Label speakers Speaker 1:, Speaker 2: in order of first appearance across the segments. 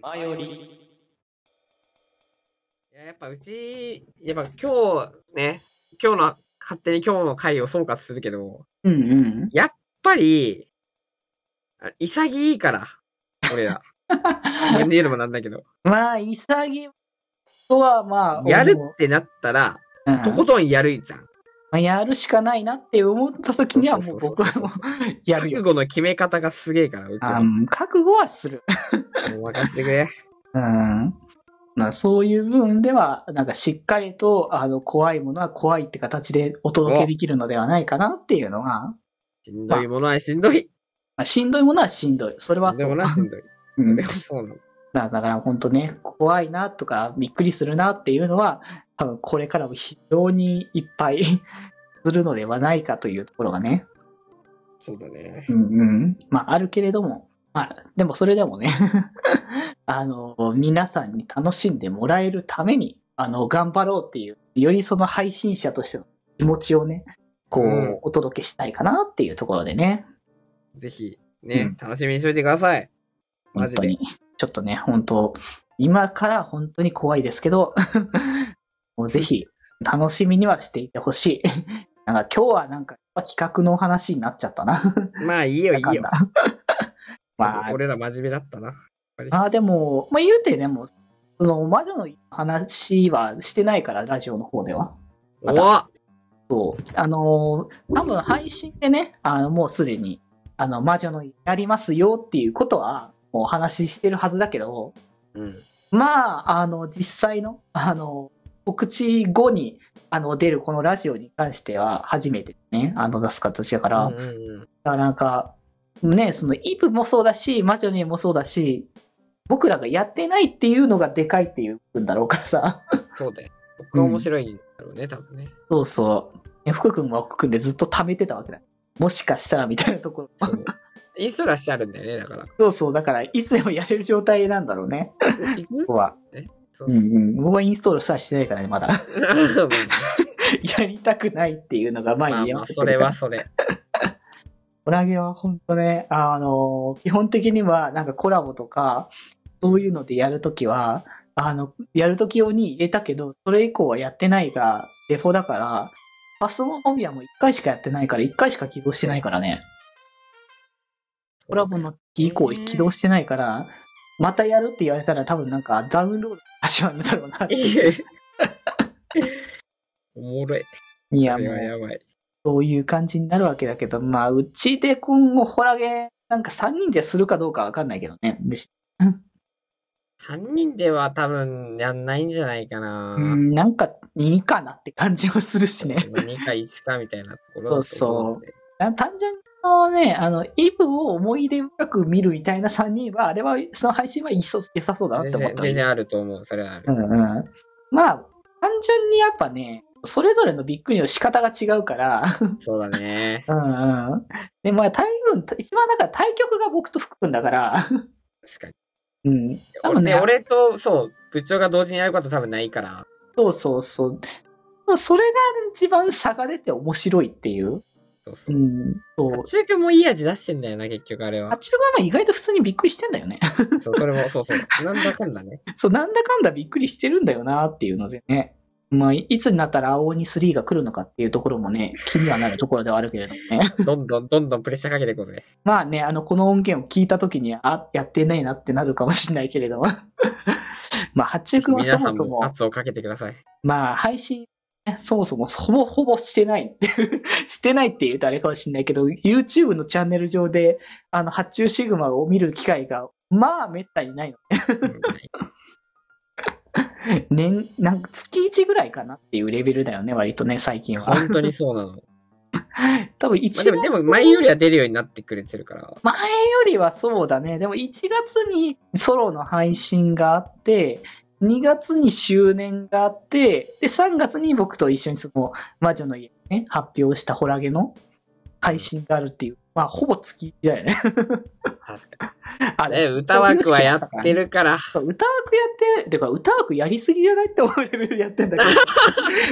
Speaker 1: マヨリ。
Speaker 2: いや、やっぱうち、やっぱ今日ね、今日の、勝手に今日の回を総括するけど、やっ
Speaker 1: うんうん。
Speaker 2: ぱり、あ潔いから、俺 ら。自分で言うのもなんだけど。
Speaker 1: まあ、潔とはまあ、
Speaker 2: やる
Speaker 1: 思う
Speaker 2: ってなったら、
Speaker 1: うん
Speaker 2: とことんやるじゃん。
Speaker 1: まあ、やるしかないなって思った時にはもう僕はもう
Speaker 2: そうそうそうそう
Speaker 1: やる
Speaker 2: 覚
Speaker 1: よ。
Speaker 2: 悟の決め方がすげえから、うち
Speaker 1: あ
Speaker 2: は。
Speaker 1: う
Speaker 2: も
Speaker 1: ん覚悟はする。
Speaker 2: う任してくれ。
Speaker 1: うん。まあ、そういう部分では、なんかしっかりと、あの、怖いものは怖いって形でお届けできるのではないかなっていうのが、
Speaker 2: しんどいものはしんどい。し
Speaker 1: まあ、しんどいものはしんどい。それは
Speaker 2: んどいものはしんどい。
Speaker 1: う
Speaker 2: そ
Speaker 1: ん
Speaker 2: れはそうなの。
Speaker 1: だだから本当ね、怖いなとか、びっくりするなっていうのは、多分これからも非常にいっぱいするのではないかというところがね、
Speaker 2: そうだね
Speaker 1: う。んうん、まああるけれども、まあでもそれでもね、 あの、皆さんに楽しんでもらえるために、あの、頑張ろうっていう、よりその配信者としての気持ちをね、こ
Speaker 2: うん
Speaker 1: う、お届けしたいかなっていうところでね、
Speaker 2: ぜひ、ね、
Speaker 1: うん
Speaker 2: 楽しみにしといてください。マ
Speaker 1: 本
Speaker 2: ジ
Speaker 1: 当
Speaker 2: で。
Speaker 1: に。ちょっとね、本当今から本当に怖いですけど、 もうぜひ、楽しみにはしていてほしい。 なんか今日はなんか企画のお話になっちゃったな。
Speaker 2: まあいいよ、いい
Speaker 1: なん
Speaker 2: よ。
Speaker 1: だまあ、
Speaker 2: 俺ら真面目だったな。やっぱり
Speaker 1: まあでも、まあ言うてね、もう、その魔女の話はしてないから、ラジオの方では。またそ
Speaker 2: お
Speaker 1: う。あのー多分配信でね、あの、もうすでに、あの、魔女のやりますよっていうことは、もうお話ししてるはずだけど、
Speaker 2: うん。
Speaker 1: まあ、あの、実際の、あの、告知後に、あの、出るこのラジオに関しては、初めてね、あの、出す形だから、
Speaker 2: うんうん
Speaker 1: なかなか、ね、その、イブもそうだし、魔女にもそうだし、僕らがやってないっていうのがでかいっていうんだろうからさ。
Speaker 2: うん、そうだよ。僕は面白いんだろうね、多分ね。
Speaker 1: そうそう。ね福君は福君でずっと貯めてたわけだ。もしかしたらみたいなところ。
Speaker 2: そう。インストラしてあるんだよね、だから。
Speaker 1: そうそう。だから、いつでもやれる状態なんだろうね。
Speaker 2: 行く
Speaker 1: 僕は。
Speaker 2: そう
Speaker 1: う
Speaker 2: そうん
Speaker 1: うん。僕はインストールさえしてないからね、まだ。やりたくないっていうのが前
Speaker 2: まあ
Speaker 1: に言
Speaker 2: まあ
Speaker 1: わ、れて
Speaker 2: そ
Speaker 1: る
Speaker 2: れ
Speaker 1: から
Speaker 2: はそれ。
Speaker 1: コラゲは本当ね、あの、基本的にはなんかコラボとか、そういうのでやるときは、あの、やるとき用に入れたけど、それ以降はやってないが、デフォだから、パスモフォビアも1回しかやってないから、1回しか起動してないからね。コラボの時以降
Speaker 2: ね
Speaker 1: 起動してないから、またやるって言われたら多分なんかダウンロードが始まるんだろうな。
Speaker 2: おもろい。
Speaker 1: いや、
Speaker 2: そ
Speaker 1: も
Speaker 2: れ
Speaker 1: う
Speaker 2: は。やばい。
Speaker 1: そういう感じになるわけだけど、まあ、うちで今後、ホラゲ、なんか3人でするかどうかわかんないけどね。むし
Speaker 2: 3人では多分やんないんじゃないかな。
Speaker 1: うんなんか、いいかなって感じもするしね。
Speaker 2: 何か1かみたいなところだと思うんで
Speaker 1: 単純にこうね、あの、イブを思い出深く見るみたいな3人は、あれは、その配信はいそ良さそうだなって
Speaker 2: 全
Speaker 1: 思っ
Speaker 2: 然
Speaker 1: た。
Speaker 2: 全然あると思う。それはある。
Speaker 1: うんうん。まあ、単純にやっぱね、それぞれのびっくりの仕方が違うから、
Speaker 2: そうだね。
Speaker 1: うんうん。で、まあ、多分、一番だから対局が僕と福君だから、
Speaker 2: 確かに。
Speaker 1: うん。多
Speaker 2: 俺
Speaker 1: 分ね
Speaker 2: ね、俺と、そう、部長が同時にやることは多分ないから。
Speaker 1: そうそうそう。でもそれが一番差が出て面白いっていう。
Speaker 2: そうそうう。
Speaker 1: ん。そう。
Speaker 2: 中君もいい味出してんだよな、結局あれ
Speaker 1: あっ
Speaker 2: は。
Speaker 1: ちの側も意外と普通にびっくりしてんだよね。
Speaker 2: そう、それも、そうそう。なんだかんだね。
Speaker 1: そう、なんだかんだびっくりしてるんだよなっていうのでね。まあ、いつになったら青鬼3が来るのかっていうところもね、気にはなるところではあるけれどもね。
Speaker 2: どんどんどんどんプレッシャーかけていこうぜ。
Speaker 1: まあね、あの、この音源を聞いた時に、あ、やってないなってなるかもしれないけれども。 まあ、八中君はそ
Speaker 2: 皆さ
Speaker 1: も
Speaker 2: ん
Speaker 1: そ
Speaker 2: も
Speaker 1: も、
Speaker 2: 圧をかけてくださ い。
Speaker 1: まあ、配信、ねそもそもほぼほぼしてないっていう、 してないって言うとあれかもしれないけど、YouTube のチャンネル上で、あの、発注シグマを見る機会が、まあ、めったにないの。
Speaker 2: うん
Speaker 1: 年、なんか月1ぐらいかなっていうレベルだよね、割とね、最近は。
Speaker 2: 本当にそうな の。
Speaker 1: 多分
Speaker 2: まあ
Speaker 1: 1
Speaker 2: でも、でも前よりは出るようになってくれてるから。
Speaker 1: 前よりはそうだね。でも1月にソロの配信があって、2月に周年があって、で、3月に僕と一緒にその魔女の家ね、発表したホラゲの配信があるっていう。まあ、ほぼ月だよね。
Speaker 2: 確か
Speaker 1: あ
Speaker 2: に。ね、歌枠はやってるから。
Speaker 1: そう歌枠 やって、てか歌枠やりすぎじゃないって思うレベルでやってんだけど。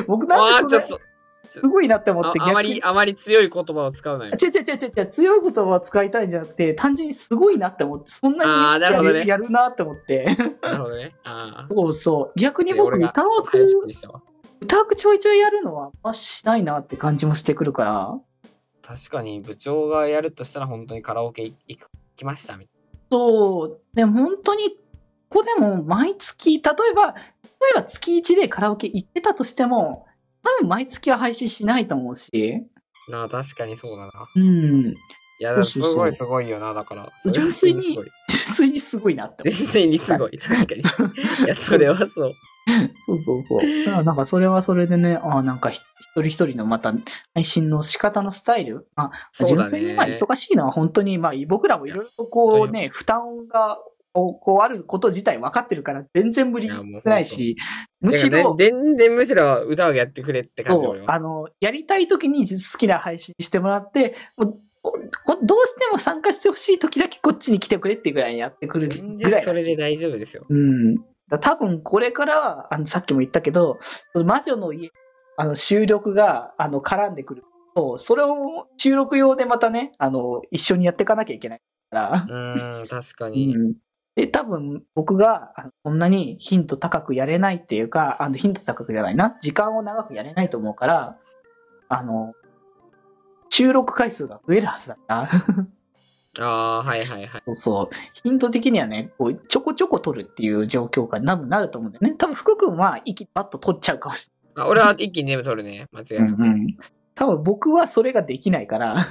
Speaker 1: 僕なん
Speaker 2: あ
Speaker 1: で
Speaker 2: ち
Speaker 1: そん
Speaker 2: ょっ
Speaker 1: な
Speaker 2: と、
Speaker 1: すごいなって思って
Speaker 2: ああまり、あまり強い言葉を使うな よ。
Speaker 1: 違う違う違う違う、強い言葉を使いたいんじゃなくて、単純にすごいなって思って、そんなに
Speaker 2: あーなる
Speaker 1: や
Speaker 2: ほ
Speaker 1: る
Speaker 2: どね
Speaker 1: やるなって思って。
Speaker 2: なるほどね。ああ。
Speaker 1: そうそう。逆に
Speaker 2: で
Speaker 1: 僕、
Speaker 2: 俺が
Speaker 1: 歌
Speaker 2: ちょっ
Speaker 1: 枠
Speaker 2: と、早口でしたわ。
Speaker 1: 歌枠ちょいちょいやるのは、まあ、しないなって感じもしてくるから。
Speaker 2: 確かに部長がやるとしたら本当にカラオケ行く行きましたみたい
Speaker 1: そう。でも本当に、ここでも毎月、例えば、例えば月1でカラオケ行ってたとしても、多分毎月は配信しないと思うし。
Speaker 2: な。なあ、確かにそうだな。
Speaker 1: うん。
Speaker 2: いや、だ
Speaker 1: そ
Speaker 2: か
Speaker 1: うそうそ
Speaker 2: らす
Speaker 1: う
Speaker 2: ごいすごいよな、だから。それは
Speaker 1: 純粋に
Speaker 2: すごい。
Speaker 1: 純粋にすごいなって思う
Speaker 2: 純粋にすごい。確か に。いや、それはそう。
Speaker 1: そうそうそう。だからなんかそれはそれでね、ああ、なんかひ一人一人のまた配信の仕方のスタイル、まあ、
Speaker 2: そうだ
Speaker 1: 純
Speaker 2: ね
Speaker 1: 粋にまあ忙しいのは本当に、まあ僕らもいろいろとこうね、負担が、こうこうあること自体分かってるから全然無理
Speaker 2: いやもう本当
Speaker 1: ないし、むし
Speaker 2: だから
Speaker 1: ろ、
Speaker 2: ね全然むしろ歌をやってくれって感じ、
Speaker 1: そ
Speaker 2: 俺
Speaker 1: う、
Speaker 2: は。
Speaker 1: あの、やりたい時に好きな配信してもらって、もうこどうしても参加してほしい時だけこっちに来てくれっていうぐらいにやってくる
Speaker 2: 全
Speaker 1: ぐら
Speaker 2: 然
Speaker 1: い
Speaker 2: そ
Speaker 1: だ
Speaker 2: れ
Speaker 1: し
Speaker 2: で大丈夫ですよ。
Speaker 1: うん。だ多分これからは、あの、さっきも言ったけど、その魔女の家、あの、収録が、あの、絡んでくると、それを収録用でまたね、あの、一緒にやっていかなきゃいけないから
Speaker 2: う、ーん、確か
Speaker 1: う
Speaker 2: に。
Speaker 1: ん。で、多分僕が、あのそんなに頻度高くやれないっていうか、あの、頻度高くじゃないな、時間を長くやれないと思うから、あの、収録回数が増えるはずだな。
Speaker 2: ああー、はいはいはい。
Speaker 1: そうそう。頻度的にはね、こう、ちょこちょこ取るっていう状況が多分なると思うんだよね。多分福君は息パッと取っちゃうかもし
Speaker 2: あ俺は一気に全部取るね。間違い
Speaker 1: れ
Speaker 2: な。
Speaker 1: ないい。うん。多分僕はそれができないから、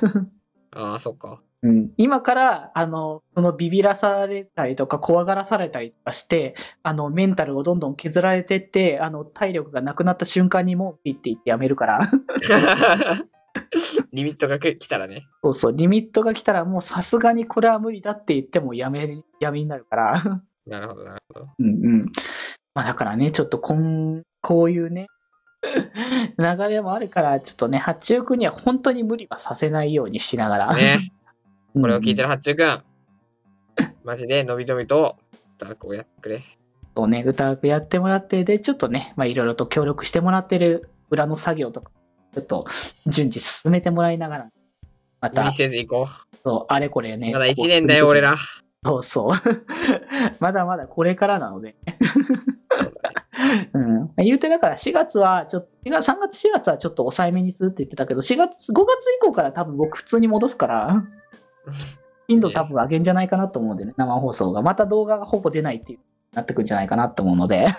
Speaker 2: ああ、そっか。
Speaker 1: うん、 今から、あの、そのビビらされたりとか怖がらされたりとかして、あの、メンタルをどんどん削られてって、あの、体力がなくなった瞬間にもうピッて言ってやめる から、
Speaker 2: リミットがく来たらね。
Speaker 1: そうそう、リミットが来たらもうさすがにこれは無理だって言ってもやめ、やめになるから。
Speaker 2: なるほど、なるほど。
Speaker 1: うんうん。まあだからね、ちょっとこん、こういうね、 流れもあるから、ちょっとね、八中君には本当に無理はさせないようにしながら。
Speaker 2: ね。これを聞いて
Speaker 1: る。
Speaker 2: る八中くん。マジで、のびのびと、ダークをやってくれ。
Speaker 1: そうね、歌枠やってもらって、で、ちょっとね、まあいろいろと協力してもらってる裏の作業とか、ちょっと順次進めてもらいながら、ま
Speaker 2: 無
Speaker 1: た
Speaker 2: 理、せず行こ
Speaker 1: そう、あれこれ
Speaker 2: う。
Speaker 1: ね。
Speaker 2: まだ1年だよ、俺。ら。
Speaker 1: そうそう。まだまだこれからなので。
Speaker 2: そうだね
Speaker 1: うん。言うてだから4月は、ちょっと、4月3月4月はちょっと抑えめにするって言ってたけど、4月、5月以降から多分僕普通に戻すから、頻度多分上げんじゃないかなと思うんでね、生放送が。また動画がほぼ出ないっていう、なってくんじゃないかなと思うので。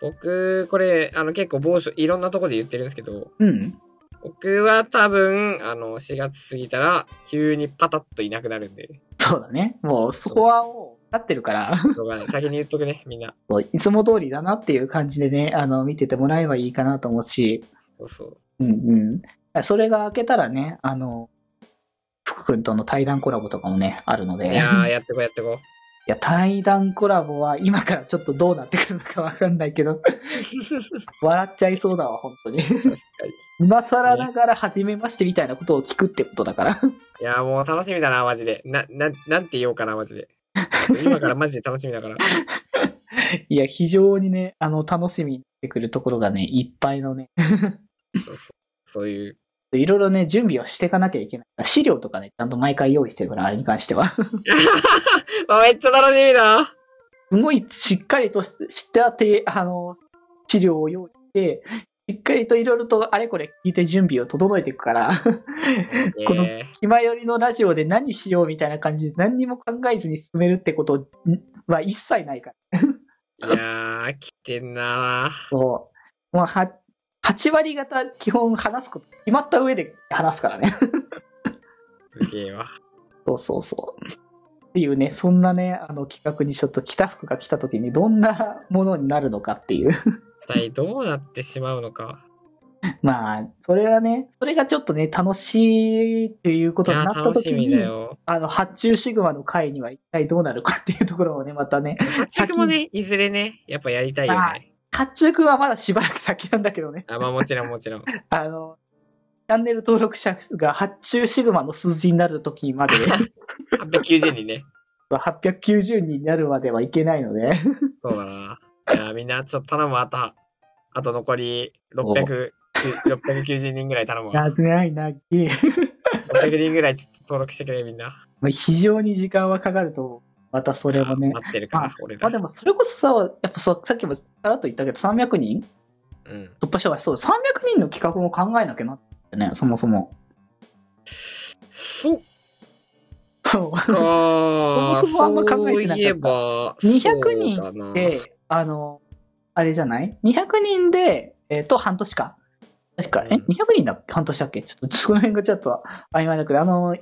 Speaker 2: 僕、これ、あの、結構某所、いろんなとこで言ってるんですけど、
Speaker 1: うん。
Speaker 2: 僕は多分、あの、4月過ぎたら、急にパタッといなくなるんで、し
Speaker 1: そうだね。もう、そこはもう、立ってるから、
Speaker 2: ょうがない。 先に言っとくね、みんな。
Speaker 1: そういつも通りだなっていう感じでね、あの、見ててもらえばいいかなと思うし、
Speaker 2: そうそう。
Speaker 1: うんうん。それが明けたらね、あの、福君との対談コラボとかもね、あるので。
Speaker 2: いやー、やってこう、やってこ
Speaker 1: いや、対談コラボは今からちょっとどうなってくるのかわかんないけど、
Speaker 2: う。
Speaker 1: 笑っちゃいそうだわ、本当に。
Speaker 2: 確かに。
Speaker 1: 今更ながら初めましてみたいなことを聞くってことだから。
Speaker 2: いやー、もう楽しみだな、マジで。な、な、なんて言おうかな、マジで。今からマジで楽しみだから。
Speaker 1: いや、非常にね、あの、楽しみにしてくるところがね、いっぱいのね、
Speaker 2: そういう。
Speaker 1: いろいろね、準備をしていかなきゃいけない。資料とかね、ちゃんと毎回用意してるから、あれに関しては。
Speaker 2: あめっちゃ楽しみだ な。
Speaker 1: すごいしっかりとしたて、あの、資料を用意して、しっかりといろいろとあれこれ聞いて準備を整えていくから、 この
Speaker 2: え
Speaker 1: 暇よりのラジオで何しようみたいな感じで何にも考えずに進めるってことは一切ないから。
Speaker 2: ー、いやー、来てんな
Speaker 1: そう。もうは8割方基本話すこと決まった上で話すからね。
Speaker 2: ー。すげえわ。
Speaker 1: そうそうそう。っていうね、そんなね、あの企画にちょっと北福が来た時にどんなものになるのかっていう。
Speaker 2: 一体どうなってしまうのか。
Speaker 1: まあ、それはね、それがちょっとね、楽しいっていうこ
Speaker 2: い
Speaker 1: とに
Speaker 2: や
Speaker 1: な
Speaker 2: ー、
Speaker 1: った
Speaker 2: 楽
Speaker 1: 時
Speaker 2: しみ
Speaker 1: に
Speaker 2: だ、よ。
Speaker 1: あの、発注シグマの回には一体どうなるかっていうところをね、またね、
Speaker 2: 八中もね、いずれね、やっぱやりたいよね。
Speaker 1: 発注くんはまだしばらく先なんだけどね。
Speaker 2: あ、まあもちろんもちろん。
Speaker 1: あの、チャンネル登録者数が発注シグマの数字になるときまで、
Speaker 2: 890人ね。
Speaker 1: 890人になるまではいけないの で、
Speaker 2: そうだな。いやー、みんなちょっと頼む、あと、あと残り600 690人ぐらい頼むわ。
Speaker 1: やってない な、ゲーム。
Speaker 2: 600人ぐらいちょっと登録してくれ、みんな。
Speaker 1: まあ非常に時間はかかると思う。またそれもね。
Speaker 2: 待ってるから、俺
Speaker 1: まあで。
Speaker 2: ら
Speaker 1: もそれこそさ、やっぱそうさっきもさらっと言ったけど、300人
Speaker 2: うん。
Speaker 1: 突破したから、そう、300人の企画も考えなきゃなってね、そもそも。
Speaker 2: そっ
Speaker 1: そう。
Speaker 2: かー。
Speaker 1: そもそもあんま考えてなかった
Speaker 2: そういえば、
Speaker 1: 200人
Speaker 2: そうだ な
Speaker 1: で、あの、あれじゃない ?200 人で、えっ、と、半年か。確か、え、
Speaker 2: うん
Speaker 1: 200人だっけ半年だっけちょっと、その辺がちょっと曖昧だけど、あの、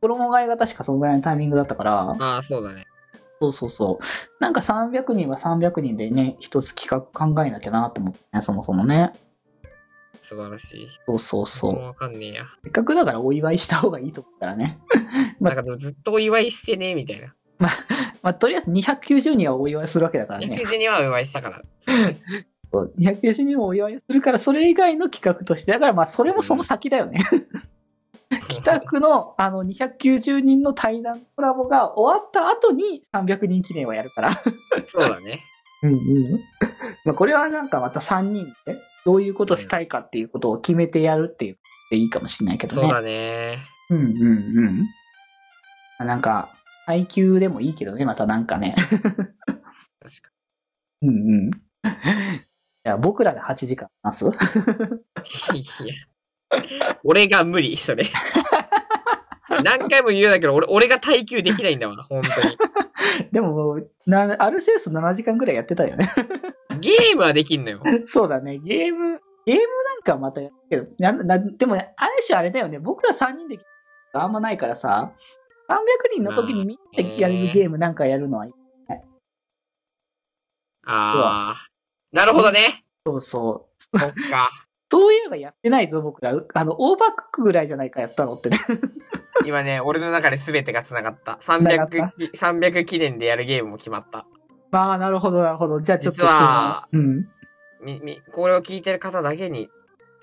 Speaker 1: 衣替えが確かそのぐらいのタイミングだったから、
Speaker 2: ああ、そうだね。
Speaker 1: そうそうそう。なんか300人は300人でね、一つ企画考えなきゃなと思ってね、そもそもね。
Speaker 2: 素晴らしい。
Speaker 1: そうそうそ
Speaker 2: もう
Speaker 1: う。
Speaker 2: わかんねえや。
Speaker 1: せっかくだからお祝いした方がいいと思ったらね。ま
Speaker 2: なんかでもずっとお祝いしてね、みたいな。
Speaker 1: まあ、とりあえず290人はお祝いするわけだからね。
Speaker 2: 290人はお祝いしたから。
Speaker 1: そう290人はお祝いするから、それ以外の企画として、だからまあ、それもその先だよね。
Speaker 2: 来
Speaker 1: 北区のあの290人の対談コラボが終わった後に300人記念はやるから。
Speaker 2: そうだね。
Speaker 1: うんうん。 まあこれはなんかまた3人でどういうことしたいかっていうことを決めてやるっていうでいいかもしれないけどね。
Speaker 2: そうだね。
Speaker 1: うんうんうんまあ。なんか階級でもいいけどね、またなんかね。
Speaker 2: 確か
Speaker 1: うんうん。 いや僕らで8時間話す
Speaker 2: に。いや俺が無理、それ。何回も言うようだけど、俺、俺が耐久できないんだわ、本当に。
Speaker 1: でももうな、アルセウス7時間ぐらいやってたよね。
Speaker 2: ゲームはできんのよ。
Speaker 1: そうだね、ゲーム、ゲームなんかはまたやるけど、ななでも、ある種あれだよね、僕ら3人であんまないからさ、300人の時にみんなでやれるゲームなんかやるのはいい。
Speaker 2: ああ。なるほどね。
Speaker 1: そうそう。
Speaker 2: そっか。
Speaker 1: そういえばやってないぞ、僕ら。あの、オーバークックぐらいじゃないかやったのってね。
Speaker 2: 今ね、俺の中で全てが繋がった。
Speaker 1: 繋がった
Speaker 2: 300き、300記念でやるゲームも決まった。
Speaker 1: まあ、なるほど、なるほど。じゃあちょっと。
Speaker 2: 実は
Speaker 1: うん。
Speaker 2: み、み、これを聞いてる方だけに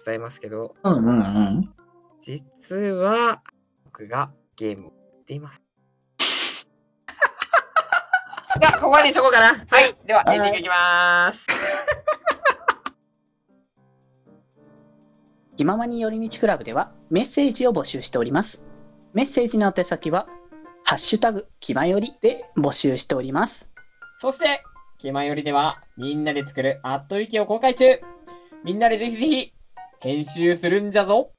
Speaker 2: 伝えますけど、
Speaker 1: うんうんうん。
Speaker 2: 実は、僕がゲームをやっています。 じゃあ、ここにしとこうかな。はい。では、エンディングいきまーす。
Speaker 1: 気ままに寄り道クラブではメッセージを募集しております。メッセージの宛先は、ハッシュタグ、気まよりで募集しております。
Speaker 2: そして、気まよりでは、みんなで作るアットウィキを公開中みんなでぜひぜひ、編集するんじゃぞ